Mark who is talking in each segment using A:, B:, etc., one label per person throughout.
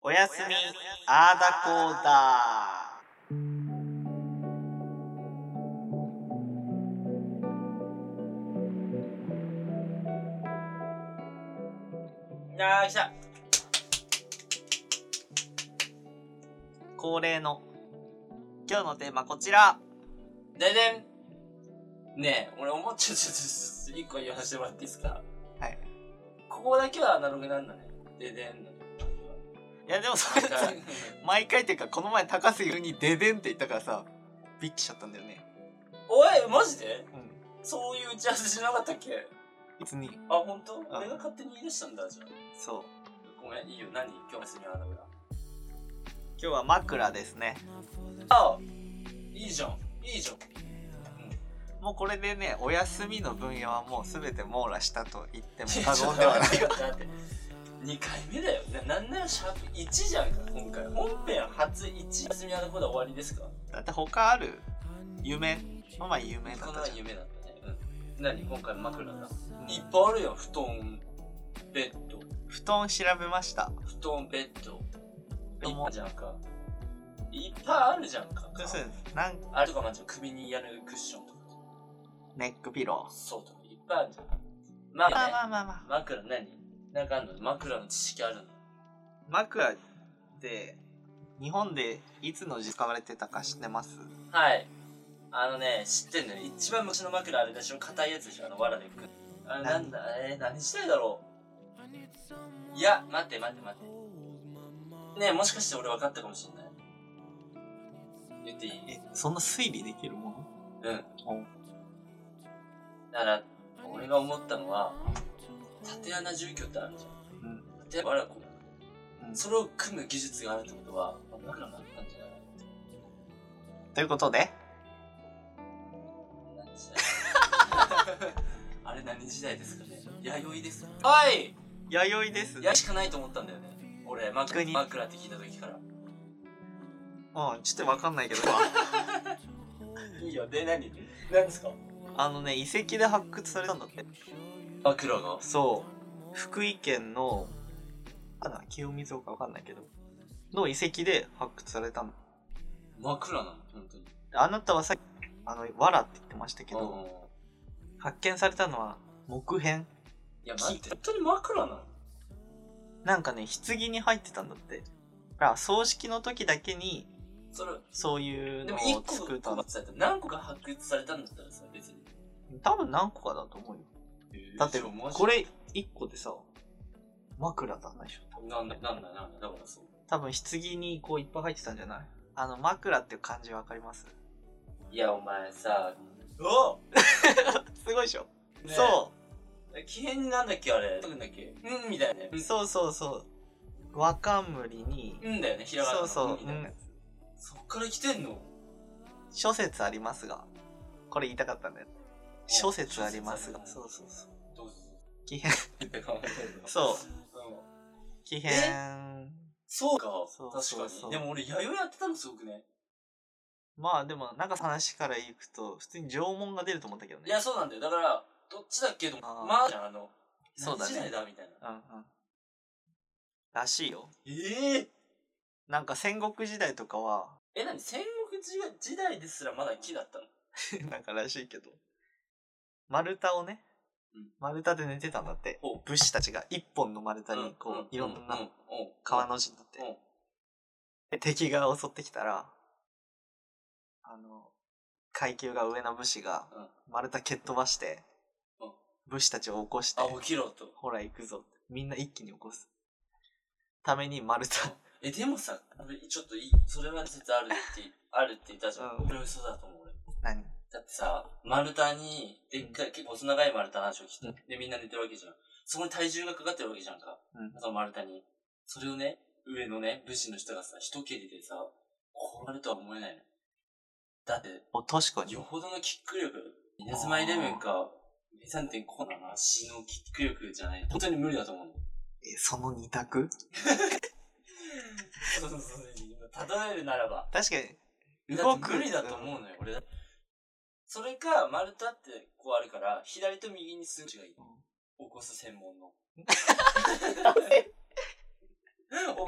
A: おやすみ、あーだこーだ
B: あー来た
A: 恒例の。今日のテーマこちら。
B: ででんねえ俺思っちゃうちょっと一個言わせてもらっていいですか
A: はい
B: ここだけはアナログなんだねででんの
A: いやでもそれ
B: なん
A: さ
B: か、
A: 毎回っていうか、この前高杉にデデンって言ったからさ、ビッチしちゃったんだよね。
B: おいマジで
A: うん。
B: そういう打ち合わせしなかったっけ
A: 別に。
B: あ本当？俺が勝手に言い出したんだじゃあ
A: そう。
B: ごめんいいよ何今日もすみアナログだ
A: 今日は枕ですね。
B: あいいじゃんいいじゃん
A: もうこれでね、お休みの分野はもうすべて網羅したと言っても
B: ちょ
A: 過
B: っと
A: 言
B: 待
A: ではない。
B: って待 って2回目だよななんならシャープ1じゃんか今回本編初1休みアナほど終わりですか
A: だって他ある夢。まあまあ夢だ
B: こ
A: っ
B: の
A: た
B: は
A: じ
B: 夢だったねうん何今回枕だ
A: ゃん。
B: いっ
A: うん
B: ぱいあるよ布団ベッド
A: 布団調べました。
B: 布団ベッド
A: で
B: いっ
A: も
B: ぱいじゃんかいっぱいあるじゃんか
A: そうそうなん
B: あれとかまあちょっと首にやるクッションとか
A: ネックピロ
B: そうとかいっぱいあるじゃんまあ、
A: ー。まあ
B: ね、
A: まあまあまあ。
B: 枕何なんかあるの枕の知識あるの
A: 枕って日本でいつの時使われてたか知ってます
B: はいあのね知ってんのよ一番昔の枕あれでしょ硬いやつでしょあの藁でくあれなんだえー、何時代だろういや待って待って待ってねえもしかして俺分かったかもしれない言っていい
A: えそんな推理できるもの
B: うん
A: お
B: だから俺が思ったのは縦穴住居ってあるじゃん
A: うん
B: で我が子も
A: うん
B: それを組む技術があるってことは枕もあったんじゃない
A: ということで
B: 何時代 あれ何時代ですかね弥生ですかはい
A: 弥生です
B: 弥生しかないと思ったんだよね俺枕
A: 逆に
B: 枕って聞いた時から
A: うんちょっとわかんないけど
B: いいよで何 何ですか
A: あのね遺跡で発掘されたんだって
B: 枕が
A: そう福井県のあな清水岡わかんないけどの遺跡で発掘されたの
B: 枕なの本当に
A: あなたはさっきあの藁って言ってましたけ
B: けど
A: ど発見されたのは木片
B: いや待って本当に枕なの
A: なんかね棺に入ってたんだってだから葬式の時だけに
B: それ
A: そういう
B: で
A: の
B: も1
A: を
B: 個
A: 作っ
B: 発
A: たの
B: 掘された何個か発掘されたんだったらさ別に
A: 多分何個かだと思うよだってこれ1個でさ枕だないでしょ
B: なんだなんだなんだだからそう
A: 多分棺にこういっぱい入ってたんじゃないあの枕っていう漢字わかります
B: いやお前さお
A: すごいでしょ、
B: ね
A: そ
B: 奇変になんだっけあれなんだっけうんみたいなね
A: うそうそうそう若に
B: うんだよねひらがなの
A: そうそう
B: みたいなやつそっから来てんの
A: 諸説ありますがこれ言いたかったんだよ諸説ありますがそう
B: 諸説あり
A: そうそう
B: どうぞ
A: 奇 変そう
B: うん
A: 奇変
B: そうか
A: そう
B: 確
A: そう
B: か
A: そう
B: にでも俺弥生やってたのすごくね
A: まあでもなんか話からいくと普通に縄文が出ると思ったけどね
B: いやそうなんだよだからどっちだっけと思
A: あー
B: ってまあじゃんあの
A: そうだね
B: 何時代だみたいな
A: うんうんらしいよ
B: ええ
A: なんか戦国時代とかは
B: え何戦国時代時代ですらまだ木だったの
A: なんからしいけど丸太をね
B: うん
A: 丸太で寝てたんだって
B: ほう
A: 武士たちが一本の丸太にこう、いろんな川の字になって、
B: うん
A: で 敵が襲ってきたらあの階級が上の武士が
B: うん
A: 丸太蹴っ飛ばして、
B: うん
A: 武士たちを起こして
B: あ起きろと
A: ほら行くぞみんな一気に起こすために丸太
B: えでもさ俺ちょっといいそれは説あるって あるって言ったじゃん
A: うん
B: 俺は嘘だと思う俺
A: 何
B: だってさ、丸太に、でっかい、結構細長い丸太の話を聞いて、
A: うん
B: で、みんな寝てるわけじゃん。そこに体重がかかってるわけじゃんか。
A: うん
B: その丸太に。それをね、上のね、武士の人がさ、一蹴りでさ、こうなるとは思えないの。だって、
A: お確かに
B: よほどのキック力、稲妻イレブンか、3.5なの足のキック力じゃない。本当に無理だと思うの。
A: えその二択
B: そうそうそう。例えるならば。
A: 確かに
B: だって無理だと思うのよ、俺だってそれか、丸太ってこうあるから、左と右 に数値がいい。起こす専門の。起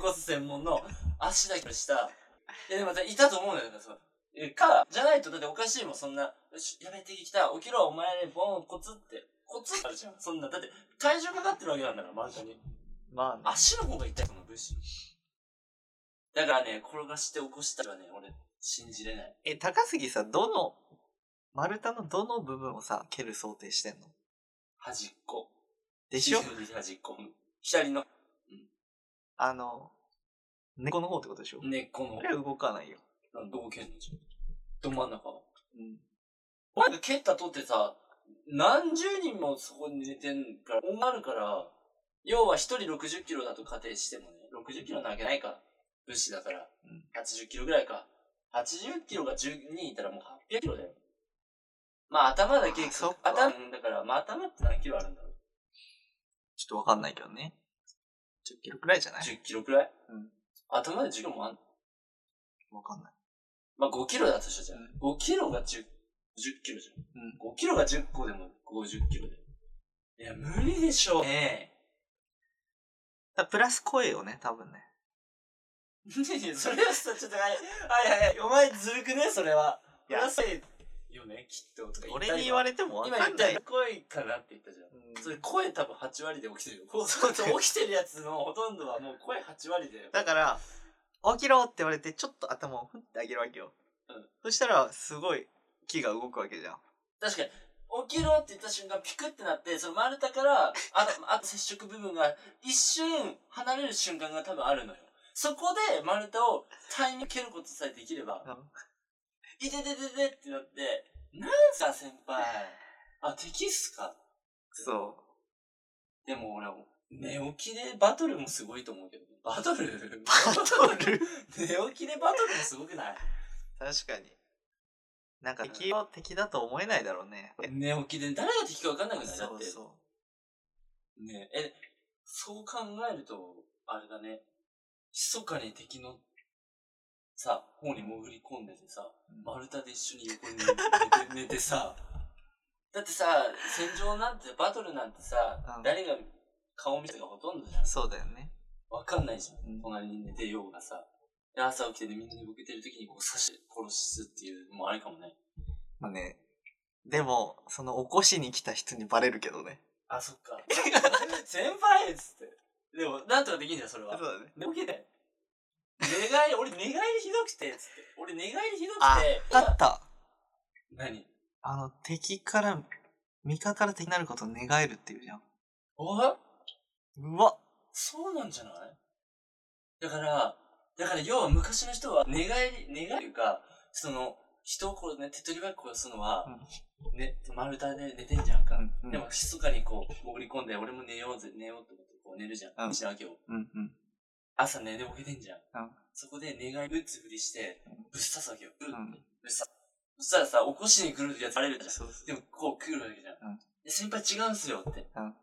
B: こす専門の足だけした。 いやでもさいたと思うんだよね、そのえか、じゃないとだっておかしいもん、そんな、よしやべ、てきた、起きろ、お前ね、ボン、コツって、コツってあるじゃん。そんな、だって体重かかってるわけなんだから、マンションに。
A: まあね。
B: 足の方が痛い、その物資。だからね、転がして起こしたらね、俺、信じれない。
A: え、高杉さ、どの、丸太のどの部分をさ、蹴る想定してんの
B: 端っこ。
A: でしょ
B: 皮膚の端っこ。左の
A: あの、猫の方ってことでしょ
B: 根っこの
A: あ、れは動かないよ。
B: なんどこ蹴んのじゃん。ど真ん中。
A: うん。
B: お前が蹴ったとってさ、何十人もそこに寝てんから、あるから、要は一人60キロだと仮定してもね、60キロなわけないか。物資だから。
A: うん
B: 80キロぐらいか。80キロが10人いたらもう800キロだよ。まあ頭だけ、
A: あそっか
B: 頭、うんだから、まあ頭って何キロあるんだろう
A: ちょっとわかんないけどね。10キロくらいじゃない
B: ?10 キロくらい
A: うん
B: 頭で10キロもあん
A: わかんない。
B: まあ5キロだとしたじゃん
A: うん。
B: 5キロが10、10キロじゃん。
A: うん。
B: 5キロが10個でも50キロで。いや、無理でしょう。ね
A: だプラス声をね、多分ね。
B: え。いやそれはさ、ちょっと、はい、はいはいはい、お前ずるくねそれは。
A: いや
B: 安いよね、きっと。とか
A: 俺に言わ
B: れ
A: れてもわ
B: 今
A: か
B: 言
A: ん
B: っ
A: な
B: た
A: い
B: よ。。声かなって言ったじゃん。
A: うん
B: それ声多分8割で起きてるよ。こう そうそう起きてるやつのほとんどはもう声8割で。
A: だから、起きろって言われて、ちょっと頭を振ってあげるわけよ。
B: うん
A: そしたら、すごい木が動くわけじゃん。
B: 確かに、起きろって言った瞬間ピクってなって、その丸太から、あと、あと接触部分が一瞬離れる瞬間が多分あるのよ。そこで丸太をタイミング蹴ることさえできれば、いててててってなって、なんすか先輩。あ、敵っすか
A: そ
B: でも俺は、寝起きでバトルもすごいと思うけど、バトル
A: う。バトル
B: 寝起きでバトルもすごくない
A: 確かに。なんか敵を敵だと思えないだろうね。
B: 寝起きで誰が敵か分かんなくないだ
A: そ
B: っ
A: う
B: て。
A: そう。
B: ねえ、えそう考えると、あれだね、密かに敵の、さ、方に潜り込んでてさ、丸太で一緒に横に寝て 寝て寝てさ、だってさ、戦場なんて、バトルなんてさ、
A: うん
B: 誰が顔見てがほとんどじゃん。
A: そうだよね。
B: わかんないじゃん。
A: うん
B: 隣に寝てようがさ。で朝起きてね、みんな寝ぼけてる時にこう刺して殺すっていうのもあれかもね。
A: まあね。でも、その起こしに来た人にバレるけどね。
B: あ、そっか。 先輩っつって。でも、なんとかできんじゃん、それは。
A: だね。
B: 寝起きで。寝返り、俺寝返りひどくて、つって。俺寝返りひどく
A: あ
B: て。
A: だった。
B: 何
A: あの、敵から、味方から敵になることを願えるっていうじゃん。
B: あ
A: うわ
B: そうなんじゃないだから、だから要は昔の人は寝返り、寝返りというか、その、人をこうね、手っ取り早く殺すのは、ね、丸太で寝てんじゃんか。
A: うん
B: でも、密かにこう、潜り込んで、俺も寝ようぜ、寝ようと思って、こう寝るじゃ
A: うん
B: ん。しなわけよ。
A: うんうん。
B: 朝寝て起きてんじゃん
A: うん。
B: そこで寝返り打つふりして、ぶっ刺すわけよ。ぶっ
A: うん
B: ぶっ刺す。そしたらさ、起こしに来るやつバレるじゃん。
A: そう
B: でも、こう来るわけじゃん。
A: うん
B: で先輩違うんすよって。
A: うん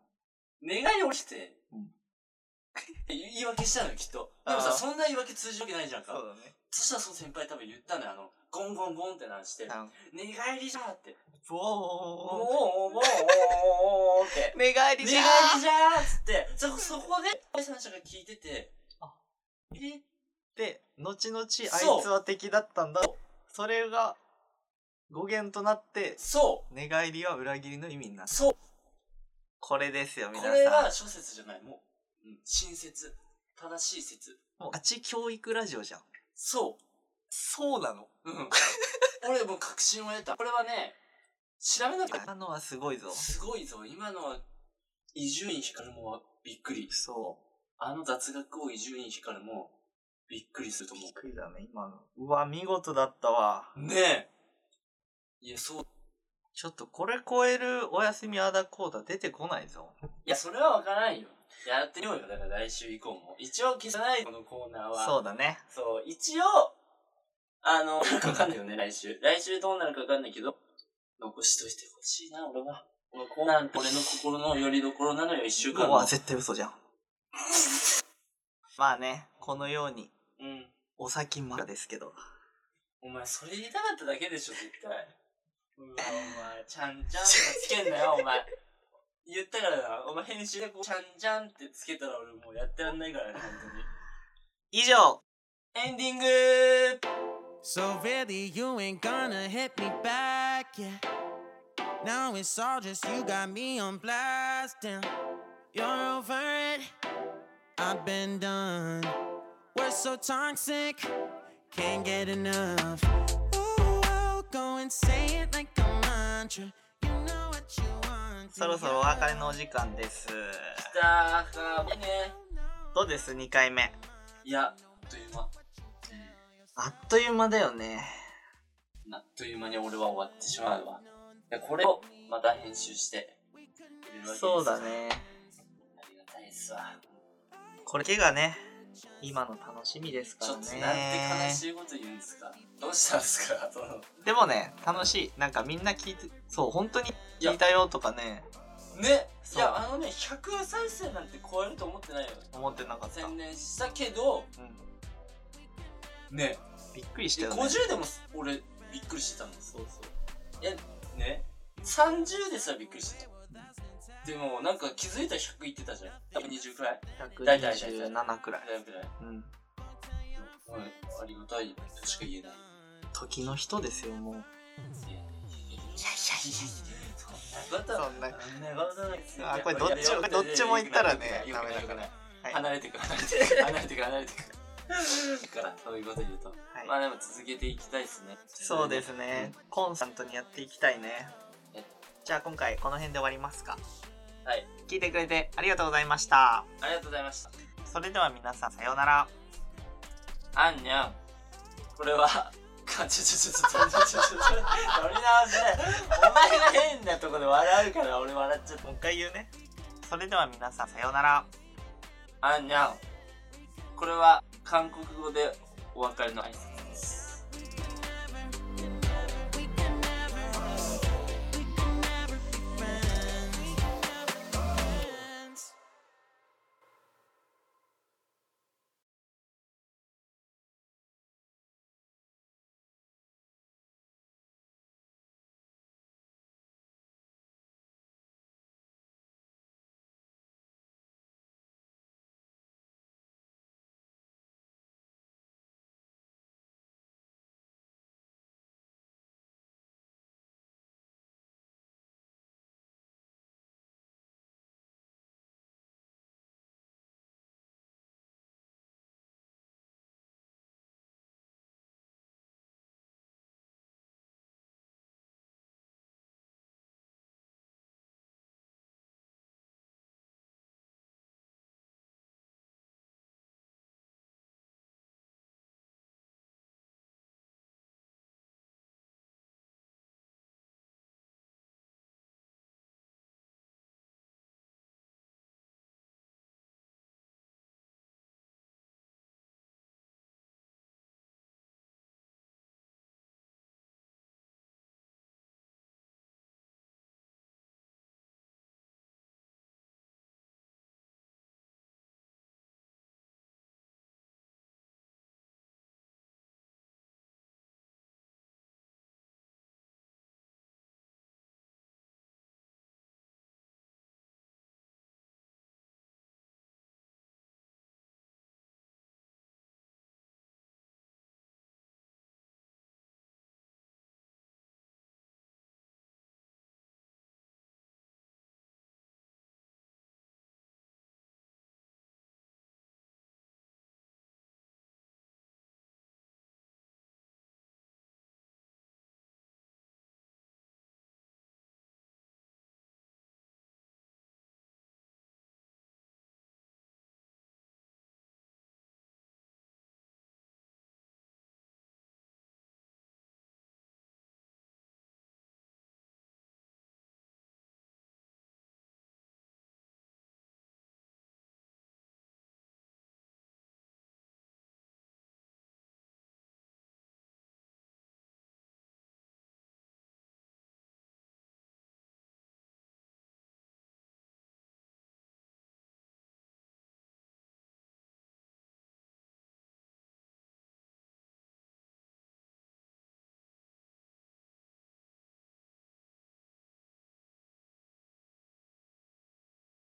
B: 寝返り起きて、
A: うん
B: 言い訳したのよ、きっと。でも
A: あ
B: さ、
A: ー
B: そんな言い訳通じるわけないじゃんか。
A: だね。
B: そしたらその先輩多分言ったのよ、あの、ゴンゴンゴンって鳴らして、
A: うん。
B: 寝返りじゃーって。おーおーおー
A: ボ
B: おーおーって
A: ー。。寝返
B: 寝
A: り
B: 返りじ
A: じゃ
B: ゃ
A: ーっ
B: ーっつって、そ、そこで、第三者が聞いてて、
A: あ
B: え
A: て、後々あいつ
B: そう
A: は敵だったんだ。それが語源となって、
B: そ
A: 寝返りは裏切りの意味にな
B: う、
A: る。
B: そう、
A: これですよ、
B: こ
A: 皆さん。
B: れは諸説じゃない、もう、うん、新説、正しい説、
A: もう、あち教育ラジオじゃん。
B: そう、
A: そうなの。
B: うん。 俺もう確信を得た。これはね、調べなきゃ。
A: 今のはすごいぞ。
B: すごいぞ。今のは、伊集院光もはびっくり。
A: そ
B: あの雑学を伊集院光もびっくりすると
A: う。
B: 思
A: びっくりだね、今の。うわ、見事だったわ。
B: う。ねえ。いや、そう。
A: ちょっとこれ超えるお休みあだこうだ出てこないぞ。
B: いや、それはわからんよ。やってみようよ。だから来週以降も。一応消さない、このコーナーは。
A: そうだね。
B: そう、一応、あの、なんかわかんないよね、来週。来週どうなるかわかんないけど、残しといてほしいな、俺は。このコーナー、俺の心の拠り所なのよ、一週
A: う
B: 間の。
A: わ、絶対嘘じゃん。まあね、このように、
B: うん。
A: お先まだですけど。
B: お前、それ言いたかっただけでしょ、絶対。うわ、お前、ちゃんちゃんってつけんな よ、お前。言ったからな、お前編集でこう、ちゃんちゃんってつけたら俺もうやってらんないからね、本当に。
A: 以上
B: エンディング
C: So really, you ain't gonna hit me back, yeah. Now it's all just you got me on blast, damn. You're over it, I've been done. We're so toxic, can't get enough. Ooh, I'll go and say it like a mantra. You know what you want.
A: そろそろお別れのお時間です
B: 来たーかーね
A: どうです2回目
B: いやあっという間
A: あっという間だよね
B: あっという間に俺は終わってしまうわでこれをまた編集して入れるわけです
A: そうだね
B: ありがたいですわ
A: これだけがね今の楽しみですか
B: ちょ
A: ら
B: っ
A: ね
B: となんて悲しいこと言うんですかどうしたんですかその
A: でもね楽しいなんかみんな聞いてそう本当に聞いたよとかね
B: ねい
A: そう
B: やあのね100再生なんて超えると思ってないよ
A: 思ってなかった、う
B: 宣
A: ん、
B: 伝したけどね
A: びっくりした
B: で
A: よね
B: 50でも俺びっくりしてたのそうそういやね30ですらびっくりしてたでもなんか気づいたら100いってたじゃん多分20くらい大体
A: 127くらい
B: く、らいくらい
A: うん、
B: はいありがたいとしか言えない
A: 時の人ですよもう
B: いやいやいやいやいや
A: そんな
B: そんなことそんなことないですよ
A: あこれどっちも
B: いやいや
A: どっちも言ったらね
B: よくないよくないよくない
A: はい
B: 離れてく離れてく離れてく離れてくだからそういうこと言うと
A: はい
B: まあでも続けていきたいですね
A: そうですね、コンスタントにやっていきたいね
B: え
A: じゃあ今回この辺で終わりますか
B: はい
A: 聞いてくれてありがとうございました
B: ありがとうございました
A: それでは皆さんさようなら
B: あんにゃんこれはかちょちょちょちょちょちょちょ撮り直しだよお前が変なとこで笑うから俺笑っちゃった
A: もう一回言うねそれでは皆さんさようなら
B: あんにゃんこれは韓国語でお別れの挨拶